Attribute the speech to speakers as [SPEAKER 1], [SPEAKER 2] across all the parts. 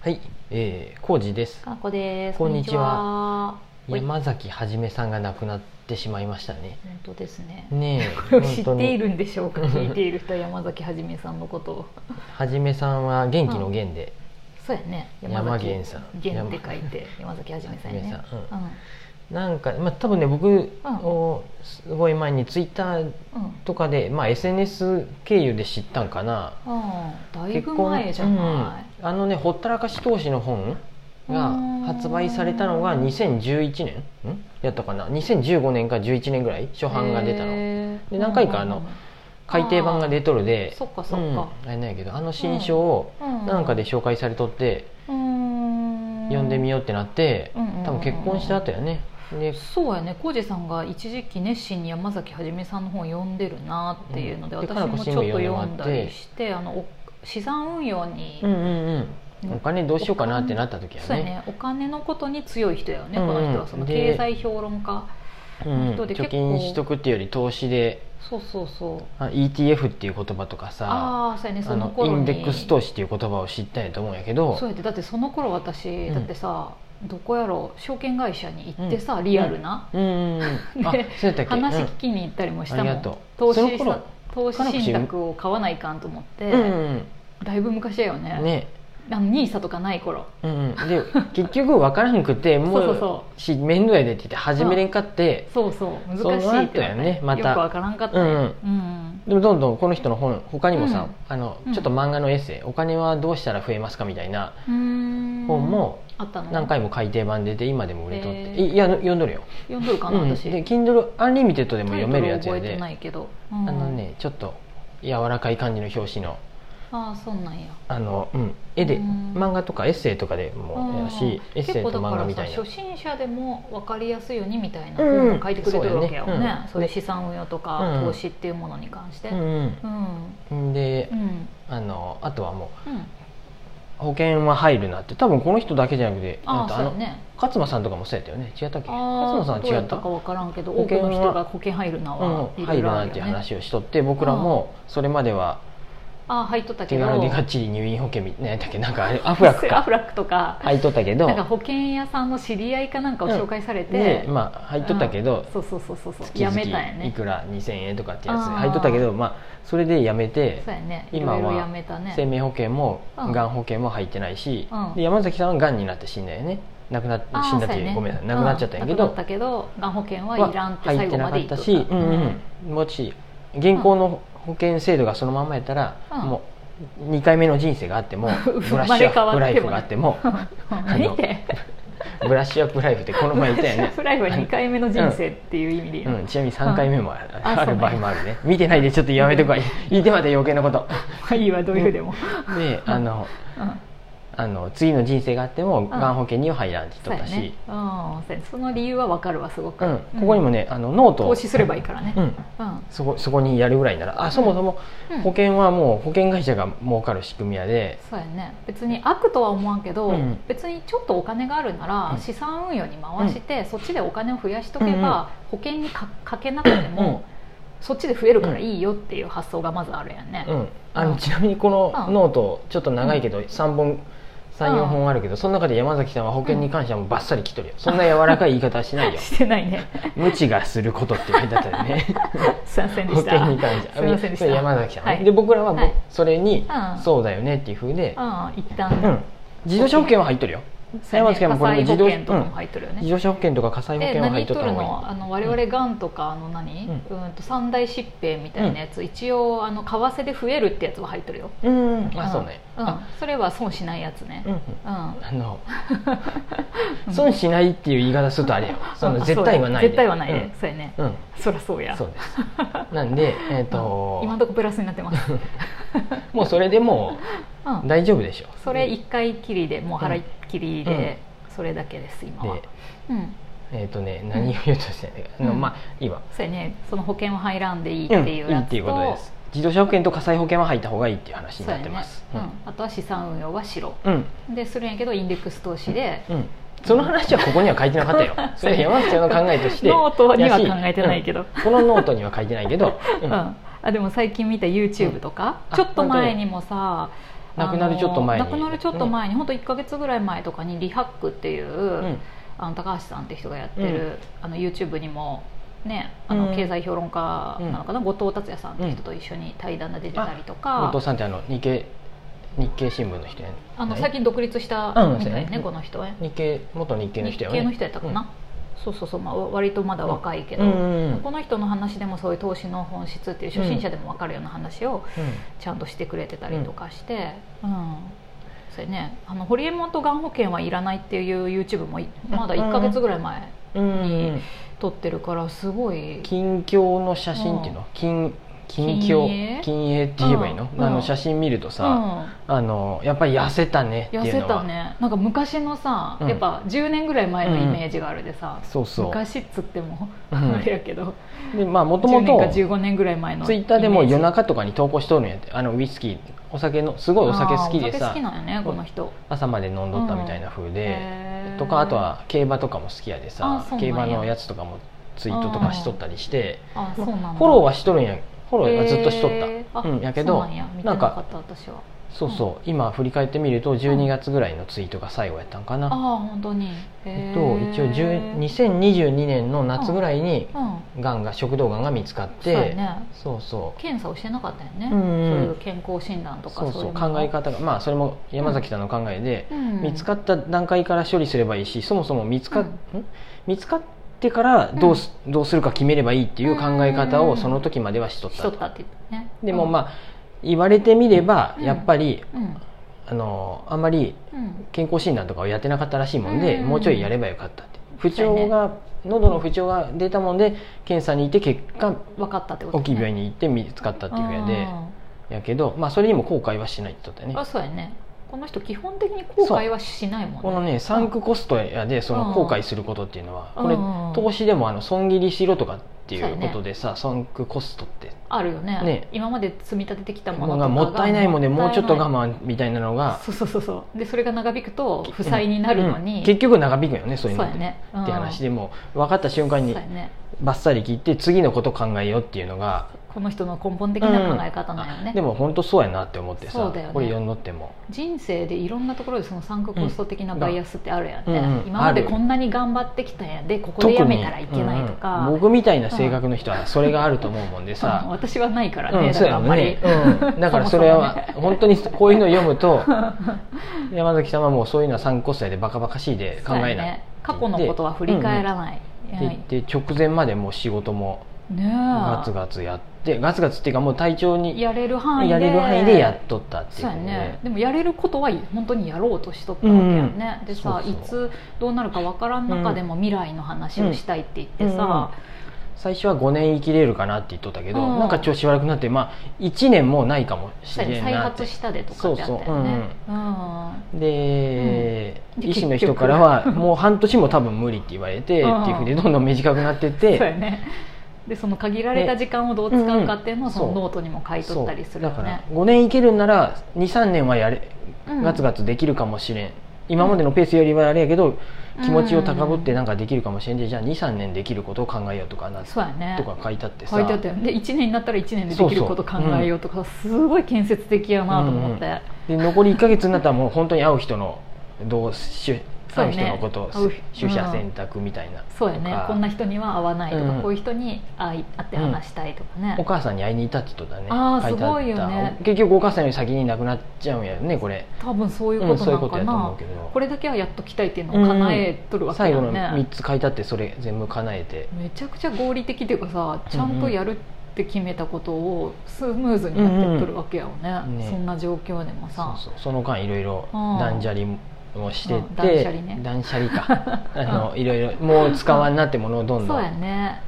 [SPEAKER 1] はい、えー、浩二です。
[SPEAKER 2] かなこです。
[SPEAKER 1] こんにちは
[SPEAKER 2] こんにちは。
[SPEAKER 1] 山崎はじめさんが亡くなってしまいましたね。
[SPEAKER 2] 本当ですね。
[SPEAKER 1] ねえ、
[SPEAKER 2] これを知ってい
[SPEAKER 1] る。
[SPEAKER 2] るんでしょうか。聞いている人は山崎はじめさんのことを。
[SPEAKER 1] はじめさんは元気の元で、
[SPEAKER 2] そうやね。
[SPEAKER 1] 山源さん
[SPEAKER 2] 源って書いて山崎はじめさんやね。
[SPEAKER 1] はじめ
[SPEAKER 2] うん
[SPEAKER 1] なんか、まあ、多分ね、僕をすごい前にツイッター
[SPEAKER 2] うん
[SPEAKER 1] とかで、まあ、S. N. S. 経由で知ったんかな。
[SPEAKER 2] うん。だいぶ前じゃな
[SPEAKER 1] うんあのね、ほったらかし投資の本。が
[SPEAKER 2] うん
[SPEAKER 1] 発売されたのが2011年んやったかな2015年か11年ぐらい初
[SPEAKER 2] い。
[SPEAKER 1] 版が出たの
[SPEAKER 2] の
[SPEAKER 1] で何回かあの改訂版がレトロで
[SPEAKER 2] そっかそっ
[SPEAKER 1] う
[SPEAKER 2] か。
[SPEAKER 1] ん、あれなんやけどあの新書を
[SPEAKER 2] な
[SPEAKER 1] なんかで紹介されとって
[SPEAKER 2] 読
[SPEAKER 1] 読んでみ
[SPEAKER 2] よ
[SPEAKER 1] ようってなって
[SPEAKER 2] うんうんうん
[SPEAKER 1] 多分結婚した後やねで
[SPEAKER 2] そうやね浩二さんが一時期熱心に山崎はじめさんの本読んでるなっていうので、
[SPEAKER 1] うんで
[SPEAKER 2] 私もちょっ
[SPEAKER 1] かなこ新聞読
[SPEAKER 2] と
[SPEAKER 1] んでもら
[SPEAKER 2] 読
[SPEAKER 1] って
[SPEAKER 2] んだりしてあのお資産運用に、
[SPEAKER 1] うんうんうんお金どうしようかなってなった時や
[SPEAKER 2] そうや
[SPEAKER 1] ね
[SPEAKER 2] ねお金のことに強い人やよね、
[SPEAKER 1] うんうん
[SPEAKER 2] この人はその
[SPEAKER 1] で
[SPEAKER 2] 経済評論家
[SPEAKER 1] うんう
[SPEAKER 2] ね
[SPEAKER 1] ん
[SPEAKER 2] 人で
[SPEAKER 1] 貯
[SPEAKER 2] 結構
[SPEAKER 1] 金しとくっていうより投資で
[SPEAKER 2] そうそうそう
[SPEAKER 1] あ ETF っていう言葉とかさ
[SPEAKER 2] ああーそうやね
[SPEAKER 1] あ
[SPEAKER 2] その
[SPEAKER 1] の
[SPEAKER 2] 頃
[SPEAKER 1] イ
[SPEAKER 2] に
[SPEAKER 1] ンデックス投資っていう言葉を知ったんやと思うんやけど
[SPEAKER 2] そうやってだってその頃私
[SPEAKER 1] うん
[SPEAKER 2] だってさ、どこやろう証券会社に行ってさ、リアルな、
[SPEAKER 1] うんうんうん あ
[SPEAKER 2] で
[SPEAKER 1] そうやったっけ
[SPEAKER 2] 話聞きに行ったりもしたも
[SPEAKER 1] あ
[SPEAKER 2] ん、
[SPEAKER 1] りがとう
[SPEAKER 2] 投資
[SPEAKER 1] その頃
[SPEAKER 2] さ投資
[SPEAKER 1] 金子
[SPEAKER 2] 信託を買わないかんと思って、
[SPEAKER 1] うんうん
[SPEAKER 2] だいぶ昔だよ
[SPEAKER 1] う
[SPEAKER 2] ね
[SPEAKER 1] んね
[SPEAKER 2] あの NISA とかない頃
[SPEAKER 1] うんうんで結局わからんくても
[SPEAKER 2] そうそうそう
[SPEAKER 1] し面倒やでって言って始めれんかって
[SPEAKER 2] そうそう難しいってなった
[SPEAKER 1] その後やねまた
[SPEAKER 2] よくわからんかったね
[SPEAKER 1] うん
[SPEAKER 2] うん
[SPEAKER 1] でもどんどんこの人の本他にもさ、
[SPEAKER 2] うん
[SPEAKER 1] あの
[SPEAKER 2] うん
[SPEAKER 1] ちょっと漫画のエッセイ、お金はどうしたら増えますかみたいな
[SPEAKER 2] うーん
[SPEAKER 1] 本も
[SPEAKER 2] あったの
[SPEAKER 1] 何回も改訂版で出て今でも売れとって、
[SPEAKER 2] へー
[SPEAKER 1] いいや読んどるよ、
[SPEAKER 2] 読んどるか
[SPEAKER 1] う
[SPEAKER 2] な、
[SPEAKER 1] ん、
[SPEAKER 2] 私
[SPEAKER 1] で Kindle アンリミテッドでも
[SPEAKER 2] タイ
[SPEAKER 1] 読
[SPEAKER 2] トル
[SPEAKER 1] めるやつや
[SPEAKER 2] 覚えて
[SPEAKER 1] で
[SPEAKER 2] な
[SPEAKER 1] あ
[SPEAKER 2] いけど、うん
[SPEAKER 1] のねちょっと柔らかい感じの表紙の
[SPEAKER 2] ああそうなんや
[SPEAKER 1] あの、うん、絵で、
[SPEAKER 2] うん
[SPEAKER 1] 漫画とかエッセイとかでもやし、
[SPEAKER 2] うん
[SPEAKER 1] エッセイと
[SPEAKER 2] 結構だ
[SPEAKER 1] 漫
[SPEAKER 2] か
[SPEAKER 1] 画
[SPEAKER 2] ら
[SPEAKER 1] み
[SPEAKER 2] さ
[SPEAKER 1] たいな
[SPEAKER 2] 初心者でも分かりやすいようにみたいな
[SPEAKER 1] うん
[SPEAKER 2] 本を書いてくれてるわけやもんね,、
[SPEAKER 1] そうやねうん
[SPEAKER 2] そういう資産運用とか、
[SPEAKER 1] うん
[SPEAKER 2] 投資っていうものに関して、う
[SPEAKER 1] うんん
[SPEAKER 2] うん
[SPEAKER 1] うん、で
[SPEAKER 2] うん
[SPEAKER 1] あのあとはもう保険は入るなって多分この人だけじゃなくて
[SPEAKER 2] あ
[SPEAKER 1] なん
[SPEAKER 2] あ
[SPEAKER 1] か
[SPEAKER 2] そうや
[SPEAKER 1] の
[SPEAKER 2] ね
[SPEAKER 1] 勝間さんとかもそうやったよね違ったっけ勝
[SPEAKER 2] あ
[SPEAKER 1] 間さ
[SPEAKER 2] あ
[SPEAKER 1] ん
[SPEAKER 2] どう
[SPEAKER 1] は
[SPEAKER 2] や
[SPEAKER 1] 違っ
[SPEAKER 2] った
[SPEAKER 1] た
[SPEAKER 2] か分からんけど
[SPEAKER 1] 保
[SPEAKER 2] 多く
[SPEAKER 1] 険は
[SPEAKER 2] の人が保険入るなは
[SPEAKER 1] うん、入るなんていう話をしとって僕らもそれまでは
[SPEAKER 2] ああ入っとったけ
[SPEAKER 1] 手
[SPEAKER 2] ど
[SPEAKER 1] 軽にがっちり入院保険みたいなんやったっけなんか あれアフラック
[SPEAKER 2] ア
[SPEAKER 1] か
[SPEAKER 2] フラックとか
[SPEAKER 1] 入っとったけど
[SPEAKER 2] なんか保険屋さんの知り合いかなんかを紹介されて
[SPEAKER 1] で、まあ入っとったけど、
[SPEAKER 2] そうそうそうそうそう
[SPEAKER 1] 月
[SPEAKER 2] や
[SPEAKER 1] 々
[SPEAKER 2] めたんや
[SPEAKER 1] い
[SPEAKER 2] ね
[SPEAKER 1] くら2000円とかってやつ
[SPEAKER 2] あー
[SPEAKER 1] 入っとったけどまあそれでやめて
[SPEAKER 2] そうやねい
[SPEAKER 1] 今は
[SPEAKER 2] ろいろやめたね
[SPEAKER 1] 生命保険も
[SPEAKER 2] うん
[SPEAKER 1] がん保険も入ってないし、
[SPEAKER 2] うん
[SPEAKER 1] で山崎さんはがんになって死んだよね亡くなって
[SPEAKER 2] あー
[SPEAKER 1] 死んだっ
[SPEAKER 2] そ
[SPEAKER 1] てい
[SPEAKER 2] うや
[SPEAKER 1] う
[SPEAKER 2] ね
[SPEAKER 1] ごめんなさい亡くなっちゃったんやけ
[SPEAKER 2] う
[SPEAKER 1] ど
[SPEAKER 2] 亡くなったけどがん保険はいらんって
[SPEAKER 1] は
[SPEAKER 2] 最
[SPEAKER 1] 入って
[SPEAKER 2] 後
[SPEAKER 1] な
[SPEAKER 2] ま
[SPEAKER 1] か
[SPEAKER 2] で
[SPEAKER 1] っ
[SPEAKER 2] 言ったとっ
[SPEAKER 1] し、
[SPEAKER 2] た
[SPEAKER 1] うんうん、もし現行の保険制度がそのまんまやったら、
[SPEAKER 2] うん
[SPEAKER 1] もう2回目の人生があって もブラッ
[SPEAKER 2] ま
[SPEAKER 1] シュ
[SPEAKER 2] れ
[SPEAKER 1] ア
[SPEAKER 2] 変
[SPEAKER 1] ッ
[SPEAKER 2] わってもね
[SPEAKER 1] プライフがあってもあの
[SPEAKER 2] 見て
[SPEAKER 1] ブラッシュアップライフってこの前言ったよね
[SPEAKER 2] フライは2回目の人生っていう意味で言う
[SPEAKER 1] う
[SPEAKER 2] の
[SPEAKER 1] ん、ちなみに3回目もある,、
[SPEAKER 2] あ
[SPEAKER 1] ある場合もあるね見てないでちょっとやめと くわ言ってまで余計なこと
[SPEAKER 2] まあいいわどういうでも
[SPEAKER 1] であの
[SPEAKER 2] うん
[SPEAKER 1] あの次の人生があってもがん保険には入らんって
[SPEAKER 2] そ
[SPEAKER 1] 言
[SPEAKER 2] う
[SPEAKER 1] っとっ
[SPEAKER 2] や
[SPEAKER 1] た
[SPEAKER 2] ね
[SPEAKER 1] し、
[SPEAKER 2] うんそうやねその理由はわかるわすごく
[SPEAKER 1] うん、ここにもねあのノートを
[SPEAKER 2] 投資すればいいからね
[SPEAKER 1] うん、
[SPEAKER 2] うん
[SPEAKER 1] そこそこにやるぐらいならあそもそも
[SPEAKER 2] うん
[SPEAKER 1] 保険はもう保険会社が儲かる仕組みやで、
[SPEAKER 2] そうやね別に悪とは思わんけど、
[SPEAKER 1] うん
[SPEAKER 2] 別にちょっとお金があるなら、
[SPEAKER 1] うん
[SPEAKER 2] 資産運用に回して、そっちでお金を増やしとけば、保険にかかけなくても、そっちで増えるからいいよっていう発想がまずあるやんね、
[SPEAKER 1] うん、あ
[SPEAKER 2] う
[SPEAKER 1] の
[SPEAKER 2] ん
[SPEAKER 1] ちなみにこの
[SPEAKER 2] うん
[SPEAKER 1] ノートちょっと長いけど3本
[SPEAKER 2] う
[SPEAKER 1] 34
[SPEAKER 2] ん
[SPEAKER 1] 本あるけどその中で山崎さんは保険に関してはもうバッサリ切っとるよそんな柔らかい言い方はしないよ
[SPEAKER 2] してないね
[SPEAKER 1] 無知がすることって書いてあったよね
[SPEAKER 2] すいませ んで
[SPEAKER 1] 保
[SPEAKER 2] した
[SPEAKER 1] 険に関して
[SPEAKER 2] すいませんでした
[SPEAKER 1] 山崎さんね、
[SPEAKER 2] はい
[SPEAKER 1] で僕らはもう
[SPEAKER 2] はい
[SPEAKER 1] それに
[SPEAKER 2] うん
[SPEAKER 1] そうだよねっていうふうで、
[SPEAKER 2] ああ一
[SPEAKER 1] う
[SPEAKER 2] 旦、
[SPEAKER 1] ん、自動車保険は入っとるよ
[SPEAKER 2] そうや
[SPEAKER 1] 山
[SPEAKER 2] ね
[SPEAKER 1] 崎さんもこれも
[SPEAKER 2] 火災
[SPEAKER 1] 自
[SPEAKER 2] 保
[SPEAKER 1] 動
[SPEAKER 2] 険とかも入っとるよね、
[SPEAKER 1] 自動車保険とか火災保
[SPEAKER 2] で
[SPEAKER 1] 険は入っ
[SPEAKER 2] 何
[SPEAKER 1] と
[SPEAKER 2] と
[SPEAKER 1] った
[SPEAKER 2] る
[SPEAKER 1] 方がいい
[SPEAKER 2] のあの我々がんとかあの何、
[SPEAKER 1] う
[SPEAKER 2] うんん、と三大疾病みたいなやつ、一応あの為替で増えるってやつは入っとるよ
[SPEAKER 1] うんあそうね、
[SPEAKER 2] んうん
[SPEAKER 1] あ、
[SPEAKER 2] それは損しないやつね
[SPEAKER 1] うんうん
[SPEAKER 2] うん
[SPEAKER 1] あの
[SPEAKER 2] うん
[SPEAKER 1] 損しないっていう言い方するとあれよ その
[SPEAKER 2] あ
[SPEAKER 1] 絶対はないで
[SPEAKER 2] そうや絶対はないで、そうやね
[SPEAKER 1] うん、うん
[SPEAKER 2] そりゃそうや
[SPEAKER 1] そうですなん でえっ、と
[SPEAKER 2] うん今のとこプラスになっ てます、うん、
[SPEAKER 1] もうそれでもう大丈夫でしょ
[SPEAKER 2] それ一回きりでもう払いっきりで、それだけです今は
[SPEAKER 1] で
[SPEAKER 2] うん
[SPEAKER 1] えっ、とね何を言おうとしてないあの
[SPEAKER 2] うん
[SPEAKER 1] まあいいわ
[SPEAKER 2] そうやねその保険は入らんでいいっ
[SPEAKER 1] うん
[SPEAKER 2] て
[SPEAKER 1] いい
[SPEAKER 2] いうや
[SPEAKER 1] って
[SPEAKER 2] つと、
[SPEAKER 1] いうことです自動車保険と火災保険は入った方がいいっていう話に
[SPEAKER 2] そ
[SPEAKER 1] な
[SPEAKER 2] うや
[SPEAKER 1] って
[SPEAKER 2] ね
[SPEAKER 1] ます
[SPEAKER 2] うんあとは資産運用は白
[SPEAKER 1] うんうん、
[SPEAKER 2] でするんやけどインデックス投資で、
[SPEAKER 1] うんその話はここには書いてなか ったよそれは山口さんの考えとして
[SPEAKER 2] ノートには考えてないけど
[SPEAKER 1] やしうんこのノートには書いてないけど、
[SPEAKER 2] うんあでも最近見た YouTube とか、
[SPEAKER 1] うんあ
[SPEAKER 2] ちょっと前にもさあ
[SPEAKER 1] 亡くなるちょっと前に
[SPEAKER 2] あの亡くなるちょっと前に本当1か月ぐらい前とかにリハックっていう、
[SPEAKER 1] うん
[SPEAKER 2] あの高橋さんって人がやって
[SPEAKER 1] う
[SPEAKER 2] る、あの YouTube にも、ね、あの
[SPEAKER 1] うん
[SPEAKER 2] 経済評論家なのかな、後藤達也さんって人と一緒に対談で出てたりと
[SPEAKER 1] 後
[SPEAKER 2] か、
[SPEAKER 1] 藤さんってあの日経日経新聞の人やね
[SPEAKER 2] あの
[SPEAKER 1] ね
[SPEAKER 2] 最近独立した
[SPEAKER 1] うん
[SPEAKER 2] みた
[SPEAKER 1] そ
[SPEAKER 2] いね、
[SPEAKER 1] うやね
[SPEAKER 2] この人はね
[SPEAKER 1] 日経元日経の
[SPEAKER 2] 日
[SPEAKER 1] 人や
[SPEAKER 2] 系
[SPEAKER 1] ね
[SPEAKER 2] の人やったかな、そうそうそう、まあ、割とまだ若いけど、
[SPEAKER 1] うんうんうん
[SPEAKER 2] この人の話でもそういう投資の本質っていう初心者でも分かるような話をちゃんとしてくれてたりとかして、うんそれねあのホリエモンとがん保険はいらないっていう YouTube もいまだ1か月ぐらい前
[SPEAKER 1] うんうんうんうん
[SPEAKER 2] 撮ってるからすごい
[SPEAKER 1] 近況の写真っていうの近近
[SPEAKER 2] 近影
[SPEAKER 1] 況近影って言えばいいの,、
[SPEAKER 2] うん
[SPEAKER 1] あの写真見るとさ、
[SPEAKER 2] う
[SPEAKER 1] あのやっぱり痩せたねって
[SPEAKER 2] ん、痩
[SPEAKER 1] いう
[SPEAKER 2] せ
[SPEAKER 1] のは
[SPEAKER 2] たねなんか昔のさ、
[SPEAKER 1] うん
[SPEAKER 2] やっぱ10年ぐらい前のイメージがあるでさ、
[SPEAKER 1] そうそう
[SPEAKER 2] 昔っつっても、
[SPEAKER 1] うん
[SPEAKER 2] あれやけど
[SPEAKER 1] でまあもと
[SPEAKER 2] 10
[SPEAKER 1] も
[SPEAKER 2] 年か
[SPEAKER 1] と
[SPEAKER 2] 15年ぐらい前の
[SPEAKER 1] ツイッターでも
[SPEAKER 2] イメージ
[SPEAKER 1] 夜中とかに投稿しとるんやってあのウイスキーお酒のすごいお酒好きで
[SPEAKER 2] あーお酒好
[SPEAKER 1] さ
[SPEAKER 2] きなんやねこの人、
[SPEAKER 1] 朝まで飲んどったみたいな風で、
[SPEAKER 2] へー
[SPEAKER 1] とかあとは競馬とかも好きやで
[SPEAKER 2] あ
[SPEAKER 1] さ
[SPEAKER 2] そうなん
[SPEAKER 1] 競
[SPEAKER 2] や
[SPEAKER 1] 馬のやつとかもツイートとかしとったりして、
[SPEAKER 2] あそうなんだ
[SPEAKER 1] フォローはしとるんやフォローはずっとしとった、
[SPEAKER 2] へーあ
[SPEAKER 1] うん、やけど
[SPEAKER 2] そうなんや見て
[SPEAKER 1] な
[SPEAKER 2] なんか
[SPEAKER 1] か
[SPEAKER 2] った私は
[SPEAKER 1] そうそう、今振り返ってみると12月ぐらいのツイートが最後やったんか
[SPEAKER 2] ああ
[SPEAKER 1] な、
[SPEAKER 2] 本当に
[SPEAKER 1] え
[SPEAKER 2] え
[SPEAKER 1] っと、一応10 2022年の夏ぐらいに
[SPEAKER 2] うん
[SPEAKER 1] がんが食道がんが見つかっ
[SPEAKER 2] そうや
[SPEAKER 1] て
[SPEAKER 2] ね
[SPEAKER 1] そうそう
[SPEAKER 2] 検査をしてなかったよね、
[SPEAKER 1] うん
[SPEAKER 2] そう
[SPEAKER 1] うん
[SPEAKER 2] いう健康診断とか
[SPEAKER 1] そうそう
[SPEAKER 2] いの
[SPEAKER 1] 考え、方がまあそれも山崎さんの考えで、
[SPEAKER 2] うん、
[SPEAKER 1] 見つかっ
[SPEAKER 2] っ
[SPEAKER 1] た段階から処理すればいいしそもそも見つか,、
[SPEAKER 2] うん
[SPEAKER 1] ん見つかってからどうす,、どうするか決めればいいっていう考え方をその時まではしとった
[SPEAKER 2] し
[SPEAKER 1] と
[SPEAKER 2] とったって言ってね
[SPEAKER 1] でもまあ言われてみれば
[SPEAKER 2] うん
[SPEAKER 1] やっぱり、
[SPEAKER 2] あうん
[SPEAKER 1] あのあんまり
[SPEAKER 2] うん
[SPEAKER 1] 健康診断とかをやってなかったらしいもんで、
[SPEAKER 2] うん
[SPEAKER 1] もうちょいやればよかったって不
[SPEAKER 2] そうやね
[SPEAKER 1] 調が、喉の不調が出たもんで検査に行って結果
[SPEAKER 2] 分かったってこと
[SPEAKER 1] 大きい病院
[SPEAKER 2] に
[SPEAKER 1] に行って見つかったっていうふうやで
[SPEAKER 2] あ
[SPEAKER 1] やけど、まあ、それにも後悔はしないって言ったよね
[SPEAKER 2] ーあそうやねこの人基本的に後悔はしないもんね
[SPEAKER 1] このねサンクコストやでその後悔することっていうのは
[SPEAKER 2] うん
[SPEAKER 1] これ
[SPEAKER 2] うん
[SPEAKER 1] 投資でもあの損切りしろとかってい
[SPEAKER 2] そう
[SPEAKER 1] う
[SPEAKER 2] やね
[SPEAKER 1] ことでさサンクコストって
[SPEAKER 2] あるよね
[SPEAKER 1] ね
[SPEAKER 2] 今まで積み立ててきたも
[SPEAKER 1] も
[SPEAKER 2] のと
[SPEAKER 1] が
[SPEAKER 2] か
[SPEAKER 1] もったいないもんでもうちょっと
[SPEAKER 2] 慢
[SPEAKER 1] 我慢みたいなのが
[SPEAKER 2] そうそうそうそうでそれが長引くと負債になるの
[SPEAKER 1] うん
[SPEAKER 2] に、
[SPEAKER 1] 結局長引くよねそういう
[SPEAKER 2] そう
[SPEAKER 1] の
[SPEAKER 2] や
[SPEAKER 1] って。
[SPEAKER 2] ね、うん
[SPEAKER 1] って話でもう分かった瞬間
[SPEAKER 2] そう
[SPEAKER 1] に
[SPEAKER 2] やね
[SPEAKER 1] バッサリ切って次のこと考えようっていうのが
[SPEAKER 2] この人の根本的な考え方なんよね、
[SPEAKER 1] でも本当そうやなって思って
[SPEAKER 2] そ
[SPEAKER 1] さ
[SPEAKER 2] うだよね
[SPEAKER 1] これ読んどっても
[SPEAKER 2] 人生でいろんなところでそのサンクコスト的なバイアスってあるやんね、
[SPEAKER 1] うんうん
[SPEAKER 2] 今まで
[SPEAKER 1] ある
[SPEAKER 2] こんなに頑張ってきたんやでここでやめたらいけないと
[SPEAKER 1] うん
[SPEAKER 2] か、
[SPEAKER 1] うん僕みたいな性格の人はそれがあると思うもんで
[SPEAKER 2] さ
[SPEAKER 1] さ
[SPEAKER 2] 私はないからね、
[SPEAKER 1] うん、
[SPEAKER 2] だ
[SPEAKER 1] そう
[SPEAKER 2] から
[SPEAKER 1] や
[SPEAKER 2] あん
[SPEAKER 1] もん
[SPEAKER 2] まり
[SPEAKER 1] ね、 うん、だからそれは本当にこういうのを読むと山崎さんはもうそういうのは参考歳でバカバカしいで考え
[SPEAKER 2] そう
[SPEAKER 1] な
[SPEAKER 2] や
[SPEAKER 1] い、
[SPEAKER 2] ね過去のことは振り返らない、
[SPEAKER 1] っ
[SPEAKER 2] は
[SPEAKER 1] て
[SPEAKER 2] い
[SPEAKER 1] 言って直前までもう仕事も
[SPEAKER 2] ねえ
[SPEAKER 1] ガツガツやってガツガツっていうかもう体調に
[SPEAKER 2] やれる範囲で
[SPEAKER 1] やれる範囲でやっとったってい
[SPEAKER 2] そ
[SPEAKER 1] う
[SPEAKER 2] うや
[SPEAKER 1] ことで
[SPEAKER 2] ねでもやれることは本当にやろうとしとったわけやんね、
[SPEAKER 1] うん
[SPEAKER 2] でさ
[SPEAKER 1] そうそ
[SPEAKER 2] いつどうなるかわからん中でも未来の話をしたいって言ってさ、
[SPEAKER 1] 最初は5年生きれるかなって言っとったけど、
[SPEAKER 2] うん
[SPEAKER 1] なんか調子悪くなってまあ1年もないかもし
[SPEAKER 2] さら
[SPEAKER 1] れ
[SPEAKER 2] に
[SPEAKER 1] ん
[SPEAKER 2] 再
[SPEAKER 1] なって
[SPEAKER 2] 発したでとかってあったよねう
[SPEAKER 1] で、
[SPEAKER 2] んうんで
[SPEAKER 1] 医師の
[SPEAKER 2] 結
[SPEAKER 1] 人
[SPEAKER 2] 局
[SPEAKER 1] からはもう半年も多分無理って言われて、
[SPEAKER 2] うん
[SPEAKER 1] っていうふうにどんどん短くなってっ
[SPEAKER 2] そうや
[SPEAKER 1] て
[SPEAKER 2] ねでその限られた時間をどう使うかっていうのを
[SPEAKER 1] うん
[SPEAKER 2] その
[SPEAKER 1] そう
[SPEAKER 2] ノートにも書いとったりするよ
[SPEAKER 1] だから
[SPEAKER 2] ね
[SPEAKER 1] 5年いけるんなら23年はやれ
[SPEAKER 2] うん
[SPEAKER 1] ガツガツできるかもしれん、今までのペースよりはあれやけど気持ちを高ぶって
[SPEAKER 2] うん
[SPEAKER 1] なんかできるかもしれんで、じゃあ23年できることを考えようとかな
[SPEAKER 2] そうやね
[SPEAKER 1] とか書いてあってさ
[SPEAKER 2] 書いてあったよねで1年になったら1年でできること考えようとかすごい建設的やなと思って、
[SPEAKER 1] で残り1か月になったらもう本当に会う人のどうしゅ
[SPEAKER 2] そう
[SPEAKER 1] 会
[SPEAKER 2] ね
[SPEAKER 1] う人のことを
[SPEAKER 2] 会う
[SPEAKER 1] 取捨選択みたいな、
[SPEAKER 2] そうやね
[SPEAKER 1] とか
[SPEAKER 2] こんな人には会わないとか、
[SPEAKER 1] うん
[SPEAKER 2] こういう人に会い会って話したいとか ね、
[SPEAKER 1] お母さんに会いに行ったって言ったね
[SPEAKER 2] あー
[SPEAKER 1] 書てった
[SPEAKER 2] すごいよね
[SPEAKER 1] 結局お母さんより先に亡くなっちゃうんやよねこれ
[SPEAKER 2] 多分そういうこ
[SPEAKER 1] うん
[SPEAKER 2] となのか
[SPEAKER 1] そういうことやと
[SPEAKER 2] な、
[SPEAKER 1] 思うけど
[SPEAKER 2] これだけはやっときたいっていうのを叶えとるわけだ
[SPEAKER 1] 最後
[SPEAKER 2] よ
[SPEAKER 1] の
[SPEAKER 2] ね、
[SPEAKER 1] 3つ書いてあってそれ全部叶えて
[SPEAKER 2] めちゃくちゃ合理的っていうかさちゃんとやるって決めたことをスムーズにやってっとるわけやよね,、
[SPEAKER 1] うんうんね
[SPEAKER 2] そんな状況でも
[SPEAKER 1] そ
[SPEAKER 2] さ
[SPEAKER 1] うそうその間いろいろ
[SPEAKER 2] うん
[SPEAKER 1] 断捨離もして
[SPEAKER 2] うん
[SPEAKER 1] て
[SPEAKER 2] 断捨離ね
[SPEAKER 1] 断捨離 かあのいろいろもう使わんなってものをどんど
[SPEAKER 2] そ
[SPEAKER 1] ん
[SPEAKER 2] うやね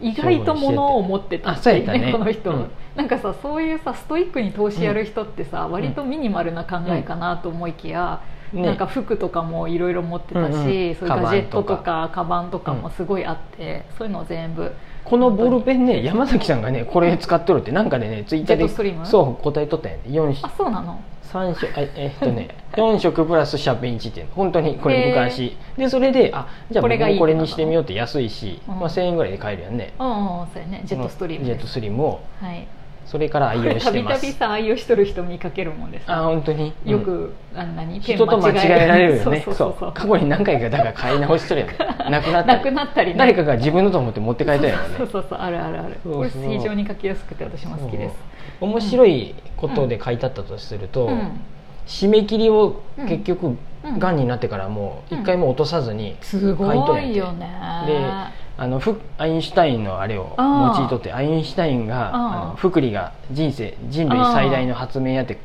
[SPEAKER 2] 意外と物を持ってたっていう
[SPEAKER 1] あそうやったね
[SPEAKER 2] この人、
[SPEAKER 1] うん
[SPEAKER 2] なんかさそういうさストイックに投資やる人ってさ、割とミニマルな考えかなと思いきや、
[SPEAKER 1] ね
[SPEAKER 2] なんか服とかもいろいろ持ってたし、
[SPEAKER 1] うんうん
[SPEAKER 2] そういうガジェットと
[SPEAKER 1] カバンと
[SPEAKER 2] かカバンとかもすごいあって、そういうのを全部
[SPEAKER 1] このボールペンね山崎さんがねこれ使っとるってなんかでねツイッター
[SPEAKER 2] ジェットストリーム
[SPEAKER 1] でそう答えとったんやね4
[SPEAKER 2] あそうなの
[SPEAKER 1] 三色あえっと ね4色プラスシャーペン1っていうの本当にこれ昔でそれであじゃあ
[SPEAKER 2] これが
[SPEAKER 1] 僕
[SPEAKER 2] いい
[SPEAKER 1] もこれにしてみようって安いし
[SPEAKER 2] うん
[SPEAKER 1] まあ、1000円ぐらいで買えるやんね
[SPEAKER 2] うんうんそうやねジェットストリーム
[SPEAKER 1] ジ
[SPEAKER 2] で
[SPEAKER 1] ェット
[SPEAKER 2] す
[SPEAKER 1] ストリームを
[SPEAKER 2] はい
[SPEAKER 1] それから愛
[SPEAKER 2] これ
[SPEAKER 1] 用
[SPEAKER 2] た
[SPEAKER 1] して
[SPEAKER 2] び
[SPEAKER 1] ま
[SPEAKER 2] た
[SPEAKER 1] す
[SPEAKER 2] びさ愛用しとる人見かけるもんです
[SPEAKER 1] あ本当にうん
[SPEAKER 2] よく、あの何ペン
[SPEAKER 1] 人と間違えられるよね
[SPEAKER 2] そうそうそう
[SPEAKER 1] 過去に何回かだから買い直しと るやんなくなった
[SPEAKER 2] な
[SPEAKER 1] り
[SPEAKER 2] くなったりね
[SPEAKER 1] 誰かが自分のと思って持って帰ったやんね
[SPEAKER 2] そうそうそうあるあるある
[SPEAKER 1] そうそう
[SPEAKER 2] これ非常に書きやすくて私も好きです
[SPEAKER 1] そう面白いことで書いてあったとすると、
[SPEAKER 2] うん
[SPEAKER 1] 締め切りを結局
[SPEAKER 2] うん
[SPEAKER 1] がんになってからもう
[SPEAKER 2] うん
[SPEAKER 1] 一回も落とさずに、
[SPEAKER 2] すごいよね
[SPEAKER 1] であのフアインシュタインのあれを
[SPEAKER 2] あー
[SPEAKER 1] 用いとってアインシュタインが
[SPEAKER 2] あー
[SPEAKER 1] あの福利が人生人類最大の発明やって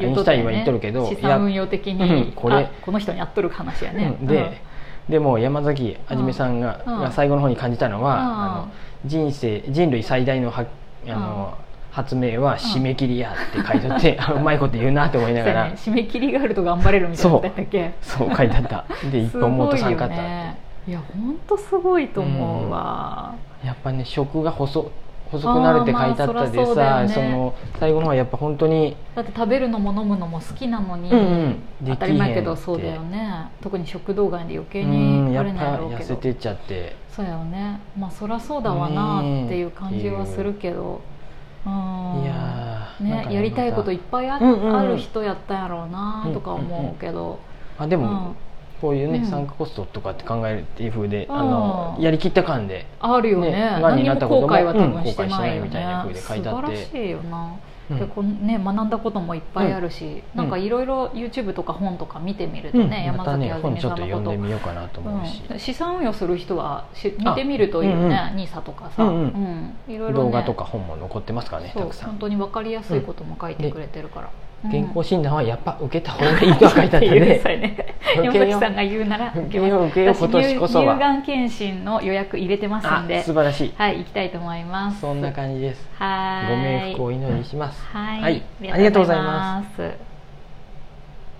[SPEAKER 1] アインシュタインは言っとるけど
[SPEAKER 2] 資
[SPEAKER 1] や
[SPEAKER 2] 産運用的
[SPEAKER 1] うん
[SPEAKER 2] に
[SPEAKER 1] これ
[SPEAKER 2] あこの人に合っとる話やね
[SPEAKER 1] うんで、でも山崎はじめさんが,、
[SPEAKER 2] うん
[SPEAKER 1] が最後の方に感じたのは、
[SPEAKER 2] うん
[SPEAKER 1] あの人生人類最大のはあの、発明は締め切りやって書いと って、ううまいこと言うなって思い
[SPEAKER 2] うん
[SPEAKER 1] な
[SPEAKER 2] そう
[SPEAKER 1] が
[SPEAKER 2] や
[SPEAKER 1] ら
[SPEAKER 2] ね締め切りがあると頑張れるみた
[SPEAKER 1] そ
[SPEAKER 2] いなの
[SPEAKER 1] う
[SPEAKER 2] だったっけ
[SPEAKER 1] そう書いてあ ったで一
[SPEAKER 2] す
[SPEAKER 1] 本も
[SPEAKER 2] ご
[SPEAKER 1] 落
[SPEAKER 2] い
[SPEAKER 1] とさんか
[SPEAKER 2] よ
[SPEAKER 1] ったって
[SPEAKER 2] ねいや本当すごいと思うわ
[SPEAKER 1] やっぱね食が細細くなるって書いてあったで
[SPEAKER 2] あーまあそらそうだ
[SPEAKER 1] さ
[SPEAKER 2] よ
[SPEAKER 1] そ、
[SPEAKER 2] ね
[SPEAKER 1] の最後の方はやっぱ本当に
[SPEAKER 2] だって食べるのも飲むのも好きなのに
[SPEAKER 1] うんうんできへんって
[SPEAKER 2] 当たり前やけどそうだよね特に食道がんで余計
[SPEAKER 1] うん
[SPEAKER 2] に
[SPEAKER 1] や
[SPEAKER 2] あ
[SPEAKER 1] っ
[SPEAKER 2] れなんや
[SPEAKER 1] ぱ
[SPEAKER 2] ろう
[SPEAKER 1] 痩
[SPEAKER 2] け
[SPEAKER 1] せ
[SPEAKER 2] ど
[SPEAKER 1] てっちゃって
[SPEAKER 2] そうやよねまあそりゃそうだわなっていう感じはするけどうん
[SPEAKER 1] いやーなん
[SPEAKER 2] ね
[SPEAKER 1] か
[SPEAKER 2] やりたいこといっぱいあ
[SPEAKER 1] うんうんうん
[SPEAKER 2] ある人やったんやろうなとか思うけど
[SPEAKER 1] あでも、
[SPEAKER 2] うん
[SPEAKER 1] こういうね、
[SPEAKER 2] うん
[SPEAKER 1] 参加コストとかって考えるっていうふうで、あの
[SPEAKER 2] うん
[SPEAKER 1] やりきった感で、
[SPEAKER 2] あるよね
[SPEAKER 1] ね何に
[SPEAKER 2] 何
[SPEAKER 1] な
[SPEAKER 2] も
[SPEAKER 1] ったこと
[SPEAKER 2] 後
[SPEAKER 1] も
[SPEAKER 2] 悔は多
[SPEAKER 1] うん
[SPEAKER 2] 分してないよ
[SPEAKER 1] 後悔してないみたいな風
[SPEAKER 2] ね
[SPEAKER 1] で
[SPEAKER 2] 素
[SPEAKER 1] 書いてあ
[SPEAKER 2] 晴
[SPEAKER 1] って
[SPEAKER 2] らしいよな
[SPEAKER 1] うん
[SPEAKER 2] でこのね、学んだこともいっぱいあるし、
[SPEAKER 1] ん
[SPEAKER 2] なんかいろいろ YouTube とか本とか見てみると
[SPEAKER 1] うん
[SPEAKER 2] ね、
[SPEAKER 1] ま
[SPEAKER 2] 山
[SPEAKER 1] た
[SPEAKER 2] 崎
[SPEAKER 1] ね
[SPEAKER 2] あず
[SPEAKER 1] 本
[SPEAKER 2] み
[SPEAKER 1] ちょ
[SPEAKER 2] さ
[SPEAKER 1] っ
[SPEAKER 2] ん
[SPEAKER 1] と
[SPEAKER 2] の
[SPEAKER 1] 読
[SPEAKER 2] こ
[SPEAKER 1] ん
[SPEAKER 2] と
[SPEAKER 1] でみようかなと思うし、
[SPEAKER 2] うん、資産運用する人はし
[SPEAKER 1] あ
[SPEAKER 2] 見てみるといいよ
[SPEAKER 1] う
[SPEAKER 2] ね NISA、とかさ、
[SPEAKER 1] うんう
[SPEAKER 2] うんいろいろ、ね、
[SPEAKER 1] 動画とか本も残ってますからね
[SPEAKER 2] そう
[SPEAKER 1] たくさ
[SPEAKER 2] 本
[SPEAKER 1] ん
[SPEAKER 2] 当に分かりやすいことも書いてくれてるから、うん
[SPEAKER 1] 健康診断はやっぱ受けた方がいいとは書い てあったね
[SPEAKER 2] そうやね
[SPEAKER 1] 受
[SPEAKER 2] 山
[SPEAKER 1] けよう
[SPEAKER 2] 崎さんが言うなら
[SPEAKER 1] 受けよう受けよう
[SPEAKER 2] 私
[SPEAKER 1] 今年こそ
[SPEAKER 2] 乳乳
[SPEAKER 1] は
[SPEAKER 2] がん検診の予約入れてますん
[SPEAKER 1] あ
[SPEAKER 2] で
[SPEAKER 1] 素晴らしい
[SPEAKER 2] はい行きたいと思います
[SPEAKER 1] そんな感じです
[SPEAKER 2] は
[SPEAKER 1] ご
[SPEAKER 2] ーい
[SPEAKER 1] 冥福をお祈りします
[SPEAKER 2] はい、
[SPEAKER 1] はいありがとうございます
[SPEAKER 2] す